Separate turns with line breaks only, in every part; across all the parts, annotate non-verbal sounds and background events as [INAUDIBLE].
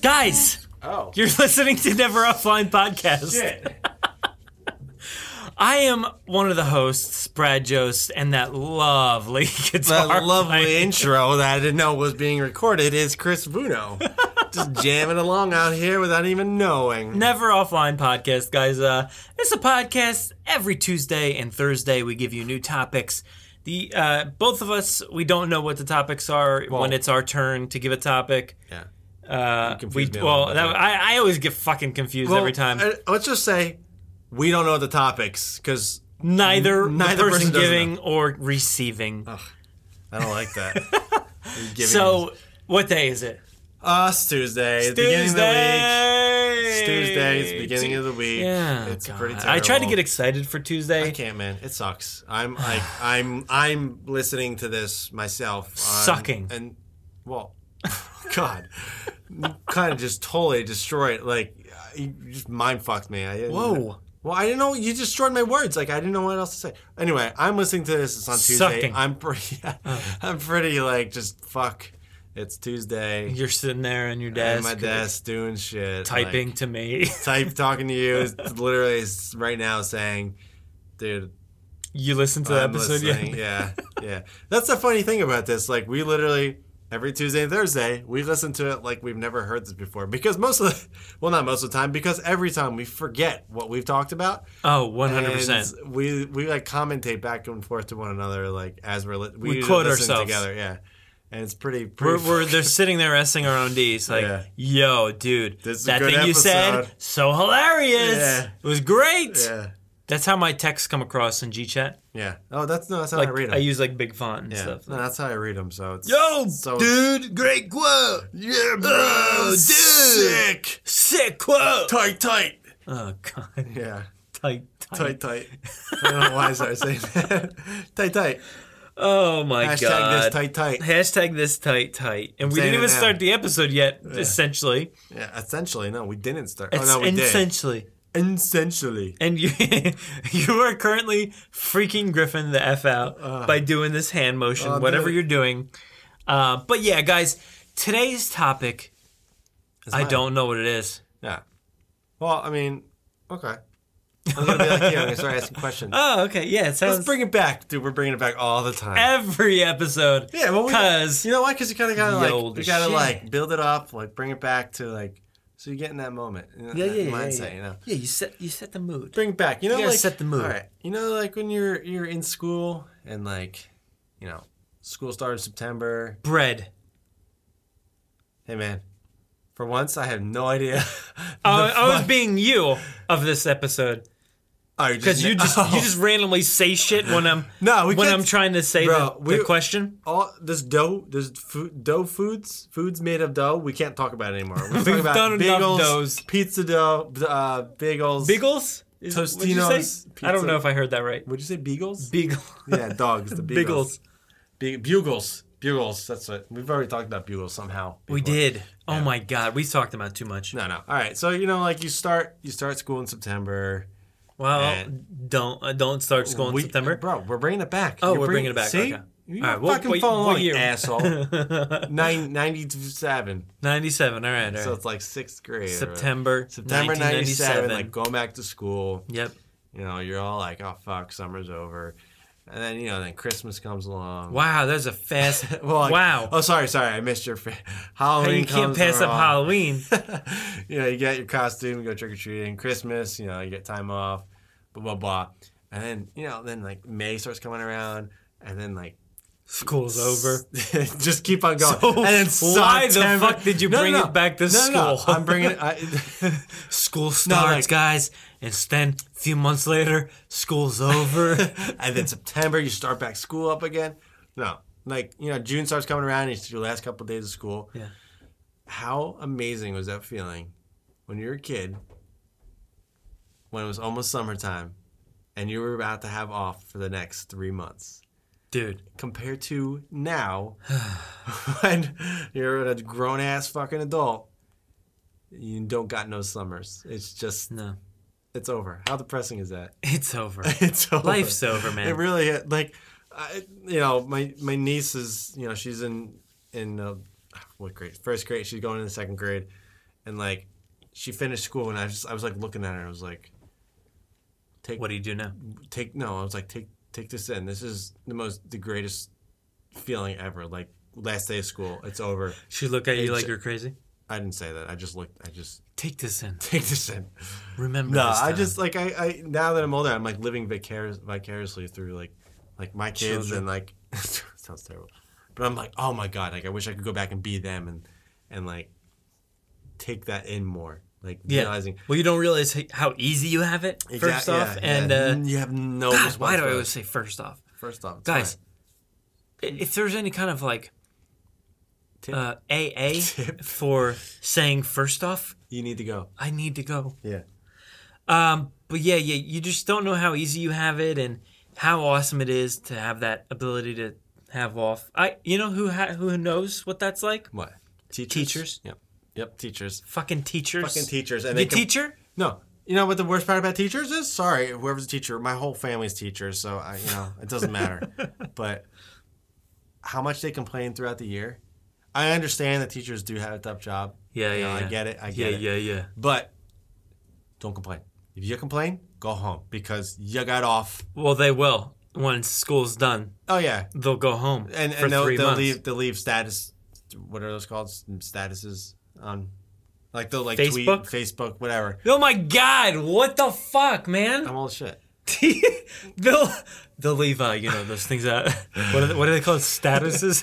guys,
Oh.
[LAUGHS] you're listening to Never Offline Podcast.
Shit.
I am one of the hosts, Brad Jost, and that lovely [LAUGHS] guitar.
That lovely
playing-
intro that I didn't know was being recorded is
[LAUGHS]
Chris Bruno. Just jamming along out here without even knowing.
Never Offline podcast, guys. Uh, this is a podcast every Tuesday and Thursday. We give you new topics. The uh, both of us, we don't know what the topics are when it's our turn to give a topic.
Yeah.
Uh, we
confused me a little
well,
bit
that,
there.
I, I always get fucking confused
Well,
every time.
uh, let's just say we don't know the topics because
neither
neither
the
person
person,
doesn't
giving or receiving.
I don't
[LAUGHS]
like that. You're giving-
so, what day is it?
us Tuesday, it's beginning of the week. It's Tuesday, it's beginning of the week.
Yeah,
it's
God.
pretty. Terrible.
I tried to get excited for Tuesday.
I can't, man. It sucks.
[SIGHS]
I'm like, I'm, I'm listening to this myself. on-
Sucking.
And well, [LAUGHS] God, kind of just totally destroyed. Like, you just mind fucked me. I didn't-
Whoa.
Well, I didn't know. You destroyed my words. Like, I didn't know what else to say. Anyway, I'm listening to this. It's on Tuesday.
Sucking. Oh.
I'm pretty. [LAUGHS] I'm pretty like just fuck. It's Tuesday.
You're sitting there on your desk,
At my desk doing shit.
typing to me. [LAUGHS]
Like, type talking to you. is literally is right now saying, dude.
you listen to the
I'm
episode, yeah?
listening. yeah, yeah. That's the funny thing about this. Like we literally every Tuesday and Thursday we listen to it like we've never heard this before because most of the well not most of the time because every time we forget what we've talked about.
Oh, 100. percent
And We we like commentate back and forth to one another like as we're li- we, usually
quote
listen
ourselves.
together. Yeah, and it's pretty.
We're,
pretty [LAUGHS]
we're they're sitting there resting our own D's, like,
Yeah.
yo, dude,
This is a
that
good
thing you said,
episode."
so hilarious.
Yeah.
It was great.
yeah.
That's how my texts come across in GChat.
Yeah. Oh, that's no. That's how
Like,
I read them.
I use like big font and
yeah.
stuff.
No, that's how I read them. So it's
Yo,
so,
dude, great quote.
Yeah, bro.
dude.
Sick.
Sick quote.
Tight, tight.
Oh, [LAUGHS] God.
Yeah.
Tight, tight.
Tight, tight. [LAUGHS] I don't know why I started saying that. [LAUGHS] tight, tight.
Oh, my
Hashtag
God.
this tight, tight.
Hashtag this tight, tight. And we
Saying
didn't
it
even
now.
start the episode yet, essentially.
Yeah, essentially, no, we didn't start.
It's
oh, no, we did.
essentially.
Essentially.
And you, [LAUGHS] you are currently freaking Griffin the F out by doing this hand motion,
I'll do
whatever
it.
you're doing. Uh, but yeah, guys, today's topic,
It's
I
mine.
don't know what it is.
Yeah. Well, I mean, okay. I'm going to be like you. I'm going to start asking
[LAUGHS]
questions.
Oh, okay. Yeah, it sounds
Let's bring it back. Dude, we're bringing it back all the time.
every episode.
yeah, well, we,
Because
you know why? Because you kind of got to
Yo,
like,
the
you got
shit.
to like build it up, like bring it back to like, so you get in that moment. you know, that mindset, you know?
Yeah, you set you set the mood.
bring back. You know,
gotta
like
set the mood.
All right. You know, like when you're you're in school and like, you know, school started September.
Bread.
Hey man, for once I have no idea. [LAUGHS]
I, I was being you of this episode because you just
[LAUGHS]
you just randomly say shit when I'm
No, we
when
can't-
I'm trying to say
Bro,
the,
we-
the question.
all this dough, this food, dough foods, foods made of dough. We can't talk about it anymore. [LAUGHS] We're talking
We've
about
done enough
bagels,
doughs.
pizza dough, uh, bagels,
Biggles. Is- what'd you
Tostino's
say? I don't
pizza.
know if I heard that right.
Would you say beagles?
[LAUGHS] Beagle.
yeah, dogs. The
Biggles.
[LAUGHS] beagles. Be- bugles. Bugles. That's it. We've already talked about bugles somehow.
We
before.
did. Oh my god, we talked about too much.
No, no. All right. So you know, like you start, you start school in September.
Well,
Man.
don't uh, don't start school in
We-
September.
bro. We're bringing it back.
Oh,
You're
we're bringing it back,
See,
okay.
you
All right, what-
fucking
what-
following
what
along,
year? [LAUGHS]
asshole. Nine ninety-seven.
Ninety-seven. All right. All right.
So it's like sixth grade. right?
September.
September
1997.
ninety-seven. Like going back to school.
Yep.
You know, you're all like, oh fuck, summer's over, and then you know, then Christmas comes along.
Wow, that's a fast.
[LAUGHS] Well, like-
wow.
Oh, sorry, sorry, I missed your fa- [LAUGHS]
How
Halloween.
you can't
comes
pass up
around.
Halloween.
[LAUGHS] you know, you get your costume, you go trick or treating, Christmas, you know, you get time off, blah blah blah. And then, you know, then like May starts coming around and then like
School's over.
[LAUGHS] just keep on going.
So
and then
why the
September-
fuck did you bring it back to
No, no,
school?
I'm bringing it. I,
[LAUGHS] School starts,
like-
guys, and then a few months later, school's over.
and then September, [LAUGHS] you start back school up again. No, like you know, June starts coming around. And it's your last couple days of school.
Yeah.
How amazing was that feeling when you were a kid, when it was almost summertime, and you were about to have off for the next three months,
[LAUGHS] Dude,
compared to
[SIGHS]
now, when you're a grown ass fucking adult. You don't got no summers. It's just
no,
it's over. How depressing is that? [LAUGHS]
it's [LAUGHS] over.
It's over.
Life's over, man.
It really is. like, I, you know, my my niece is you know she's in in uh, what grade? First grade. She's going into second grade, and like she finished school, and I just I was like looking at her. I was like, take
What do you do now?
take no. I was like take take this in. This is the most the greatest feeling ever. Like last day of school, it's over.
She looked at you
It's-
like you're crazy.
I didn't say that. I just looked. I just [LAUGHS]
Take this in.
take this in.
Remember.
No,
this
I
time.
just like I, I now that I'm older, I'm like living vicarious, vicariously through like like my kids
Children.
and like [LAUGHS] sounds terrible, but I'm like oh my god, like I wish I could go back and be them and and like take that in more, like
yeah.
realizing
Well, you don't realize h- how easy you have it. First
Exact- yeah,
off,
yeah.
and Uh,
you have no.
God, why do I
responsibility.
always say first off?
First off, it's
guys
fine.
i- if there's any kind of like
Tip.
uh, [LAUGHS] aa
Tip.
for saying first off
you need to go.
i need to go
Yeah,
um, but yeah yeah you just don't know how easy you have it and how awesome it is to have that ability to have off i you know who ha- who knows what that's like
what teachers?
Teachers.
Yep, yep, teachers.
fucking teachers
Fucking teachers, and
the
they com-
teacher
No. You know what the worst part about teachers is? Sorry, whoever's a teacher, my whole family's teachers, so I, you know, it doesn't
[LAUGHS]
matter. but how much they complain throughout the year? I understand that teachers do have a tough job.
yeah
You know,
yeah, yeah
I get it. I
yeah
get it.
yeah yeah
But don't complain. If you complain, go home because you got off.
well they will once school's done
Oh yeah,
they'll go home
and
for
and they'll,
three
they'll
months
leave they'll leave status. What are those called? Statuses on, like they'll like tweet
Facebook?
Facebook whatever.
oh my god what the fuck man [LAUGHS]
I'm all shit.
they'll they'll leave uh, you know those things
[LAUGHS]
that what are they, what are they called statuses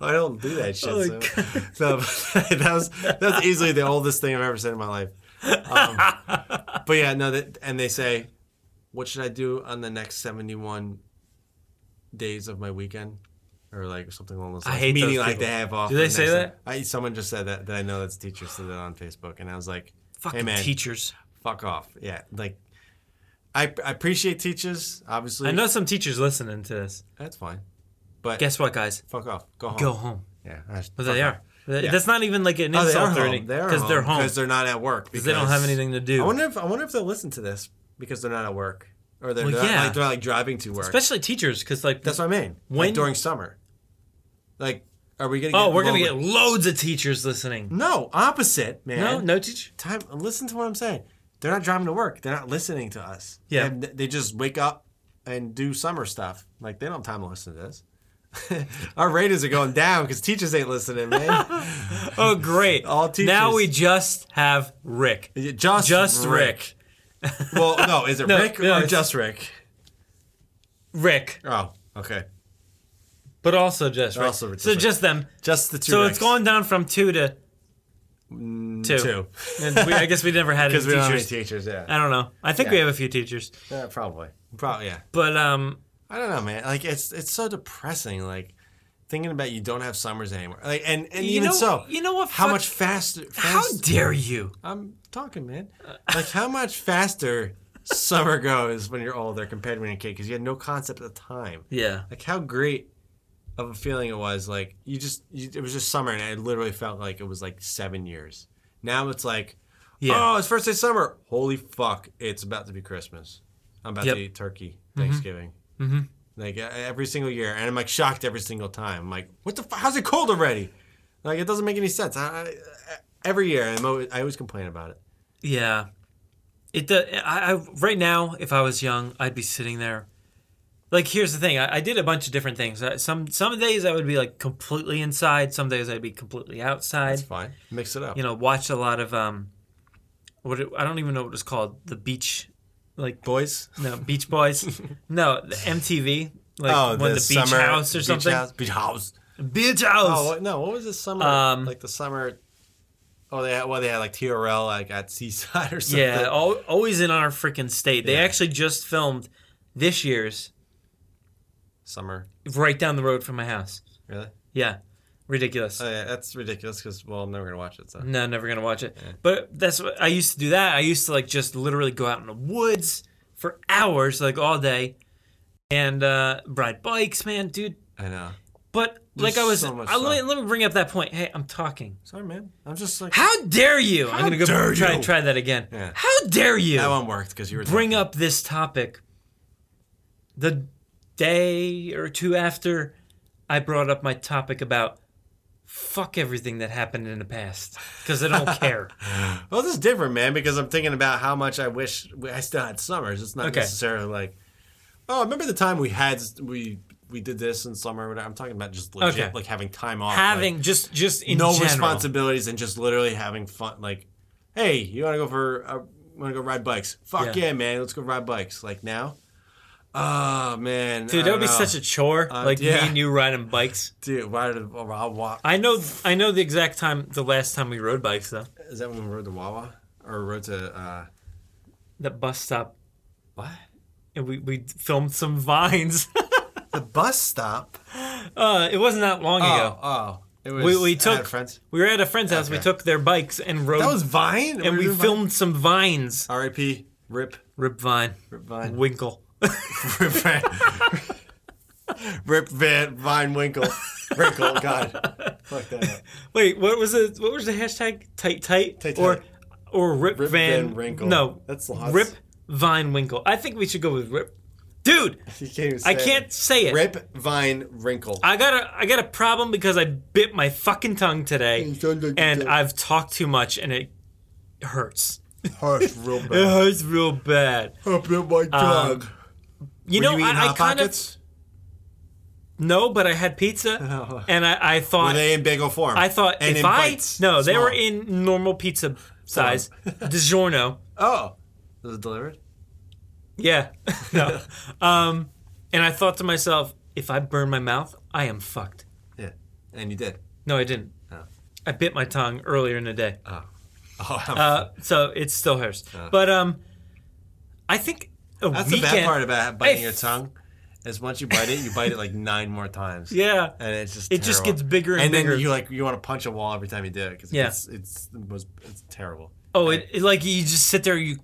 I don't do that shit.
Oh,
so. [LAUGHS] No, but that was that's easily the oldest thing I've ever said in my life. [LAUGHS] Um, but yeah, no, that, and they say, "What should I do on the next seventy-one days of my weekend?" Or like something along those
I
lines.
hate
meaning
those
like
people.
they have off.
Do they
the
say
next-
that?
I someone just said that that I know that's teachers said that on Facebook, and I was like,
[LAUGHS] fucking
"Hey man,
teachers
fuck off." Yeah, like I, I appreciate teachers, obviously.
i know some teachers listening to this
that's fine, but
guess what guys
fuck off, go home.
go home
Yeah, I-
but
fuck
they are
off.
That-
Oh. Yeah.
that's not even like an
Oh, they are
insult or
home.
anything because they're home
because they're not at work because
they don't have anything to do
I wonder if I wonder if they'll listen to this because they're not at work or they're
Well,
not,
yeah.
like they're like driving to work.
especially teachers because like
That's what I mean.
When-
like during summer, like are we gonna?
oh
get
we're gonna
lower-
get loads of teachers listening
no opposite man.
no no teacher
time. Listen to what I'm saying. They're not driving to work. They're not listening to us.
Yeah.
And they just wake up and do summer stuff. Like they don't have time to listen to this. [LAUGHS] Our ratings are going down because teachers ain't
[LAUGHS]
listening, man.
oh [LAUGHS] great
All
now
teachers.
we just have rick
Just,
just rick
Well, no, is it
No,
Rick
no,
or
it's-
just Rick?
rick
Oh, okay.
but also just rick
Also just
so
Rick.
just them
Just the two.
so
Ricks. Mm,
it's going down from two to two.
two
and we, I guess we never
[LAUGHS]
had any
because we don't have any
teachers. Uh,
teachers. Yeah,
I don't know. I think we have a few teachers,
yeah probably. Probably. Yeah.
but um,
I don't know, man. Like it's it's so depressing. Like thinking about you don't have summers anymore. Like and and
you
even
know,
so,
you know what?
how
fuck-
much faster?
How Uh,
fast-
dare you?
I'm talking, man. Like how much
[LAUGHS]
faster summer goes when you're older compared to when you're a kid because you had no concept of time.
Yeah,
like how great of a feeling it was like you just you, it was just summer and it literally felt like it was like seven years now it's like
Yeah.
oh it's first day of summer holy fuck it's about to be christmas i'm about
Yep.
to eat turkey thanksgiving mm-hmm. like e- every single year and i'm like shocked every single time I'm like what the fu- how's it cold already like it doesn't make any sense I, I, every year I'm always, i always complain about it
yeah. It do, I, I right now, if I was young, I'd be sitting there. Like here's the thing, I, I did a bunch of different things. I, some some days I would be like completely inside. Some days I'd be completely outside.
it's fine mix it up
You know, watch a lot of um, what it, I don't even know what it's called, the beach, like
boys
No, Beach
[LAUGHS]
Boys. no, the MTV. Like when the, beach house or
Oh, beach
something.
house, beach house
Beach house.
Oh what, no! What was the summer?
Um,
like the summer. Oh, they had, well, they had like TRL like at Seaside [LAUGHS] or something.
yeah, oh. al always in our freaking state. They
Yeah.
actually just filmed this year's
summer.
right down the road from my house.
Really?
Yeah, ridiculous.
Oh, yeah, that's ridiculous. Because well, I'm never gonna watch it. So
no, never gonna watch it. But that's what I used to do. That I used to like just literally go out in the woods for hours, like all day, and uh, ride bikes, man, dude.
I know.
But
There's
like I was,
so much
I, let,
stuff.
me- let me bring up that point. Hey, I'm talking.
Sorry, man. I'm just like
How dare you? I'm
How
gonna go
dare
try
you?
try that again.
Yeah.
How dare you
that one worked because you were
bring
talking.
up this topic the day or two after I brought up my topic about fuck everything that happened in the past because I don't
[LAUGHS]
care.
Well, this is different, man, because I'm thinking about how much I wish I still had summers. It's not
Okay.
necessarily like, oh, remember the time we had we we did this in summer. or whatever. I'm talking about just legit,
Okay.
like having time off,
Having just just
like,
in
no
general.
responsibilities and just literally having fun. Like, hey, you want to go for uh, want to go ride bikes? Fuck
Yeah.
yeah. man, let's go ride bikes. Like now, oh man,
Dude, that would be such a chore. like
Uh, yeah.
me and you riding bikes.
dude. Why did I'll walk?
I know I know the exact time the last time we rode bikes though.
Is that when we rode to Wawa or rode to? uh
That bus stop
What?
and we, we filmed some vines. [LAUGHS]
The bus stop.
uh, it wasn't that long ago.
oh. It was
We, we
I
took
had friends.
we were at a friend's house. We
Okay.
took their bikes and rode,
That was Vine,
and we filmed some vines.
R.I.P. Rip.
Rip Vine,
Rip
[LAUGHS]
Vine.
Winkle.
Rip Van. [LAUGHS] Rip Van Vine Winkle. Wrinkle. God. Fuck that. Up.
Wait, what was the what was the hashtag? Tight tight,
Tight,
or
tight.
or Rip,
Rip
Van,
Van Winkle.
No,
That's lots.
Rip Vine Winkle. I think we should go with Rip. Dude,
You can't even say
I can't say it.
It. Rip Vine Wrinkle.
I got a I got a problem because I bit my fucking tongue today, and I've talked too much, and it hurts.
[LAUGHS] harsh real
It
bad.
hurts real bad.
I bit my dog.
Um, You know, I, I kind of no, but I had pizza,
[LAUGHS] Oh.
and I, I
Were
thought
they in bagel form?
I thought
and
if
in
I
bites?
no, they were
Small.
in normal pizza
[LAUGHS]
size, DiGiorno.
Oh, was it delivered?
Yeah. no. [LAUGHS] Um, and I thought to myself, if I burn my mouth, I am fucked.
Yeah, and you did.
No, I didn't.
Oh.
I bit my tongue earlier in the day.
Oh, oh, I'm-
Uh, so it still hurts. But um, I think a
[LAUGHS] That's
weekend.
the bad part about biting
Hey,
your tongue is once you bite it, you bite it like nine more times.
Yeah.
and it's just
It just
terrible.
gets bigger and bigger.
then you like you want to punch a wall every time you do it because
Yeah.
it's, it's the most it's terrible.
Oh, it, it like you just sit there. You.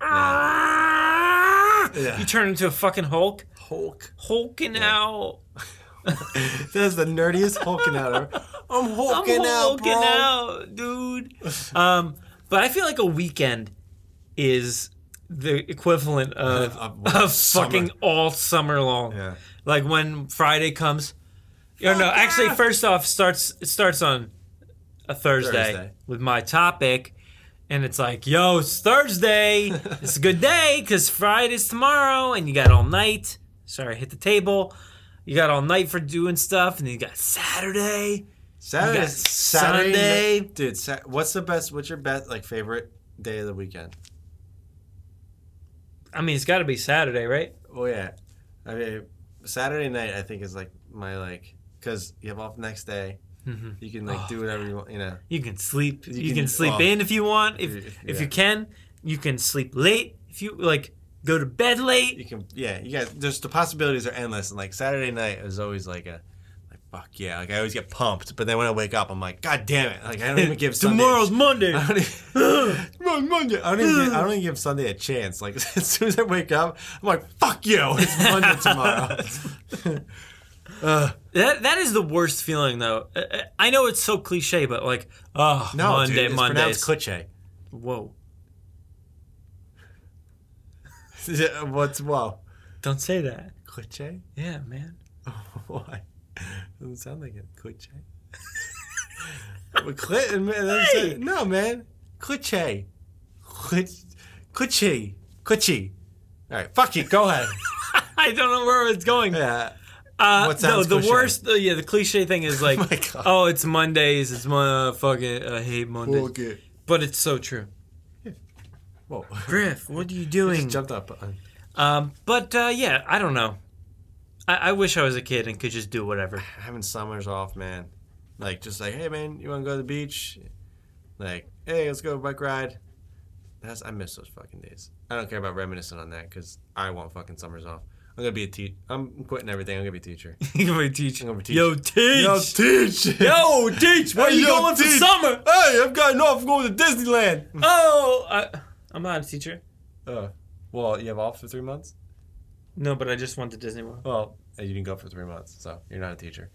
Ah!
Yeah.
You turn into a fucking Hulk,
Hulk.
hulking out.
[LAUGHS] That's the nerdiest hulking out.
[LAUGHS]
ever. I'm
I'm
hulking out,
hulking
bro.
out, dude. Um, but I feel like a weekend is the equivalent of
Of
of,
what? Summer.
fucking all summer long.
Yeah.
Like when Friday comes. Or no, actually, first off, starts it starts on a Thursday,
Thursday.
with my topic, and it's like, yo, it's
[LAUGHS]
Thursday. it's a good day because Friday's tomorrow, and you got all night. Sorry, I hit the table. You got all night for doing stuff, and then you got Saturday. You
Saturday,
got
Saturday,
Sunday.
night- dude. Sa- what's the best? What's your best like favorite day of the weekend?
I mean, it's got to be Saturday, right?
Oh yeah, I mean Saturday night I think is like my like because you have off the next day. You can like
Oh,
do whatever you want. Mm-hmm. You know.
You can sleep. You,
can-
can, sleep
well,
in if you want. If
y-
if
yeah.
you can, you can sleep late. If you like, go to bed
you
late.
can yeah you guys there's the possibilities are endless and like saturday night is always like a like fuck yeah like i always get pumped but then when i wake up i'm like god damn it like i
[LAUGHS]
don't even give Sunday-
Tomorrow's
[LAUGHS]
Monday.
I don't,
[GASPS]
even, Tomorrow's Monday. I, don't even, I don't even give Sunday a chance. Like [LAUGHS] as soon as I wake up, I'm like, "Fuck you! It's
[LAUGHS]
Monday tomorrow." [LAUGHS] Uh,
That that is the worst feeling though. Uh, uh, I know it's so cliche, but like, oh,
No,
Monday,
dude, it's
Mondays.
pronounced cliche. [LAUGHS]
Whoa!
Yeah, What's wow?
Don't say that.
Cliche? [LAUGHS]
Yeah, man.
Why? Doesn't sound like it. Cliche. [LAUGHS] But Clinton, man, that's
Hey!
it. no, man. Cliche. Cliche. Cliche. All right, fuck it.
[LAUGHS]
Go ahead.
I don't know where it's going.
Yeah.
Uh,
What
no,
sounds
the
cliche?
worst. Uh, yeah, the cliche thing
[LAUGHS]
is like,
my God.
oh, it's Mondays. It's my fucking. I hate Mondays.
it.
But it's so true.
Whoa. [LAUGHS]
Griff, what are you
Just
doing?
jumped up. uh,
Um, but uh, yeah, I don't know. I, I wish I was a kid and could just do
[LAUGHS]
whatever.
Having summers off, man. Like, just like, hey, man, you want to go to the beach? Like, hey, let's go bike ride. That's I miss those fucking days. I don't care about reminiscing on that because I want fucking summers off. I'm gonna be a teacher. I'm quitting everything. I'm gonna be a teacher.
I'm gonna teach.
I'm gonna teach.
Yo, teach.
Yo,
Yo,
teach.
teach. Where are
Hey,
you
yo,
going for
teach. [LAUGHS]
summer?
Hey, I've gotten off. I'm going to Disneyland.
Oh, I, I'm not a teacher.
Uh, well, you have off for three months.
No, but I just went to Disney World.
Well, uh, you didn't go for three months, so you're not a teacher.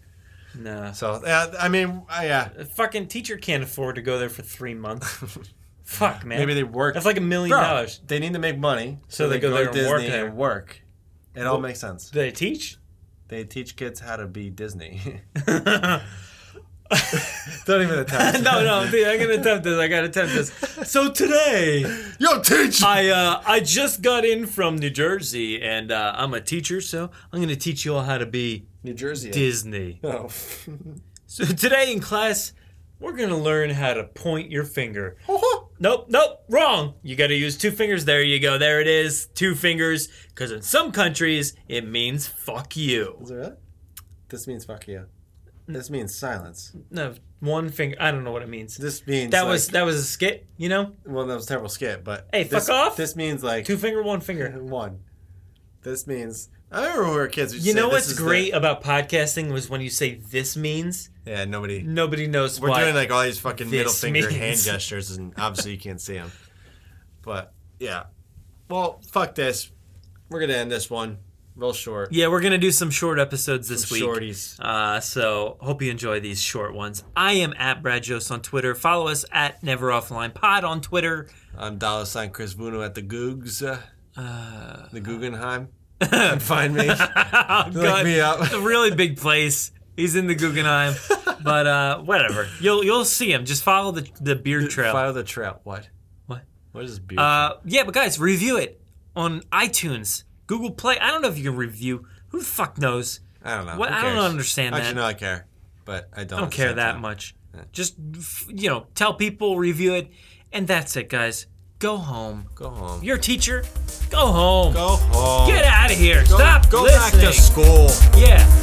Nah.
So, uh, I mean, I, yeah,
A fucking teacher can't afford to go there for three months. Fuck, man.
maybe they work.
That's like a million
Bro,
dollars.
They need to make money,
So they go there and work there.
and work. It all
Well-
makes sense. [LAUGHS]
Do they teach? [LAUGHS]
They teach kids how to be Disney.
oh,
Don't even attempt.
[LAUGHS]
it.
no, no, dude, I'm gonna attempt this. I gotta attempt this. So today,
Yo, teach.
I uh, I just got in from New Jersey, and uh, I'm a teacher, so I'm gonna teach you all how to be
New Jersey.
Disney. [LAUGHS]
oh. [LAUGHS]
So today in class, we're gonna learn how to point your finger. Nope, nope, wrong. You gotta use two fingers. There you go. There it is. Two fingers. Because in some countries, it means fuck you.
Is it really? This means fuck you. This means silence.
No, one finger. I don't know what it means.
This means
That
like-
was that was a skit, you know?
well, that was a terrible skit, but
Hey,
this,
fuck off.
This means like
Two finger, one finger.
[LAUGHS] one. This means I remember when we were kids. we used
You
to say,
know
"This
what's
is the-"
great about podcasting was when you say this means,
Yeah, nobody.
nobody knows
We're
why.
doing like all these fucking
this
middle finger
means. [LAUGHS]
hand gestures, and obviously you can't see them. But yeah, well, fuck this. We're gonna end this one real short.
yeah, we're gonna do some short episodes this week.
Shorties.
Uh, so hope you enjoy these short ones. I am at Brad Jost on Twitter. Follow us at Never Offline Pod on Twitter. [LAUGHS]
I'm dollar sign Chris Vuno at the Googs, uh, the Guggenheim. You can find me.
[LAUGHS] Oh, God.
me up.
It's a really big place. He's in the
[LAUGHS]
Guggenheim, but uh, whatever. You'll you'll see him. Just follow the the beard trail.
Follow the trail. What?
What?
What is this beer?
Uh, yeah, but guys, review it on iTunes, Google Play. I don't know if you can review. Who the fuck knows?
I don't know.
What
Who
I don't
cares?
understand
Actually,
that.
no, I care, but I don't.
I don't care that much. Just f- you know, tell people, review it, and that's it, guys. Go home.
Go home.
You're a teacher. Go home.
Go home.
Get out of here.
Go-
Stop
Go back
listening.
to school.
yeah.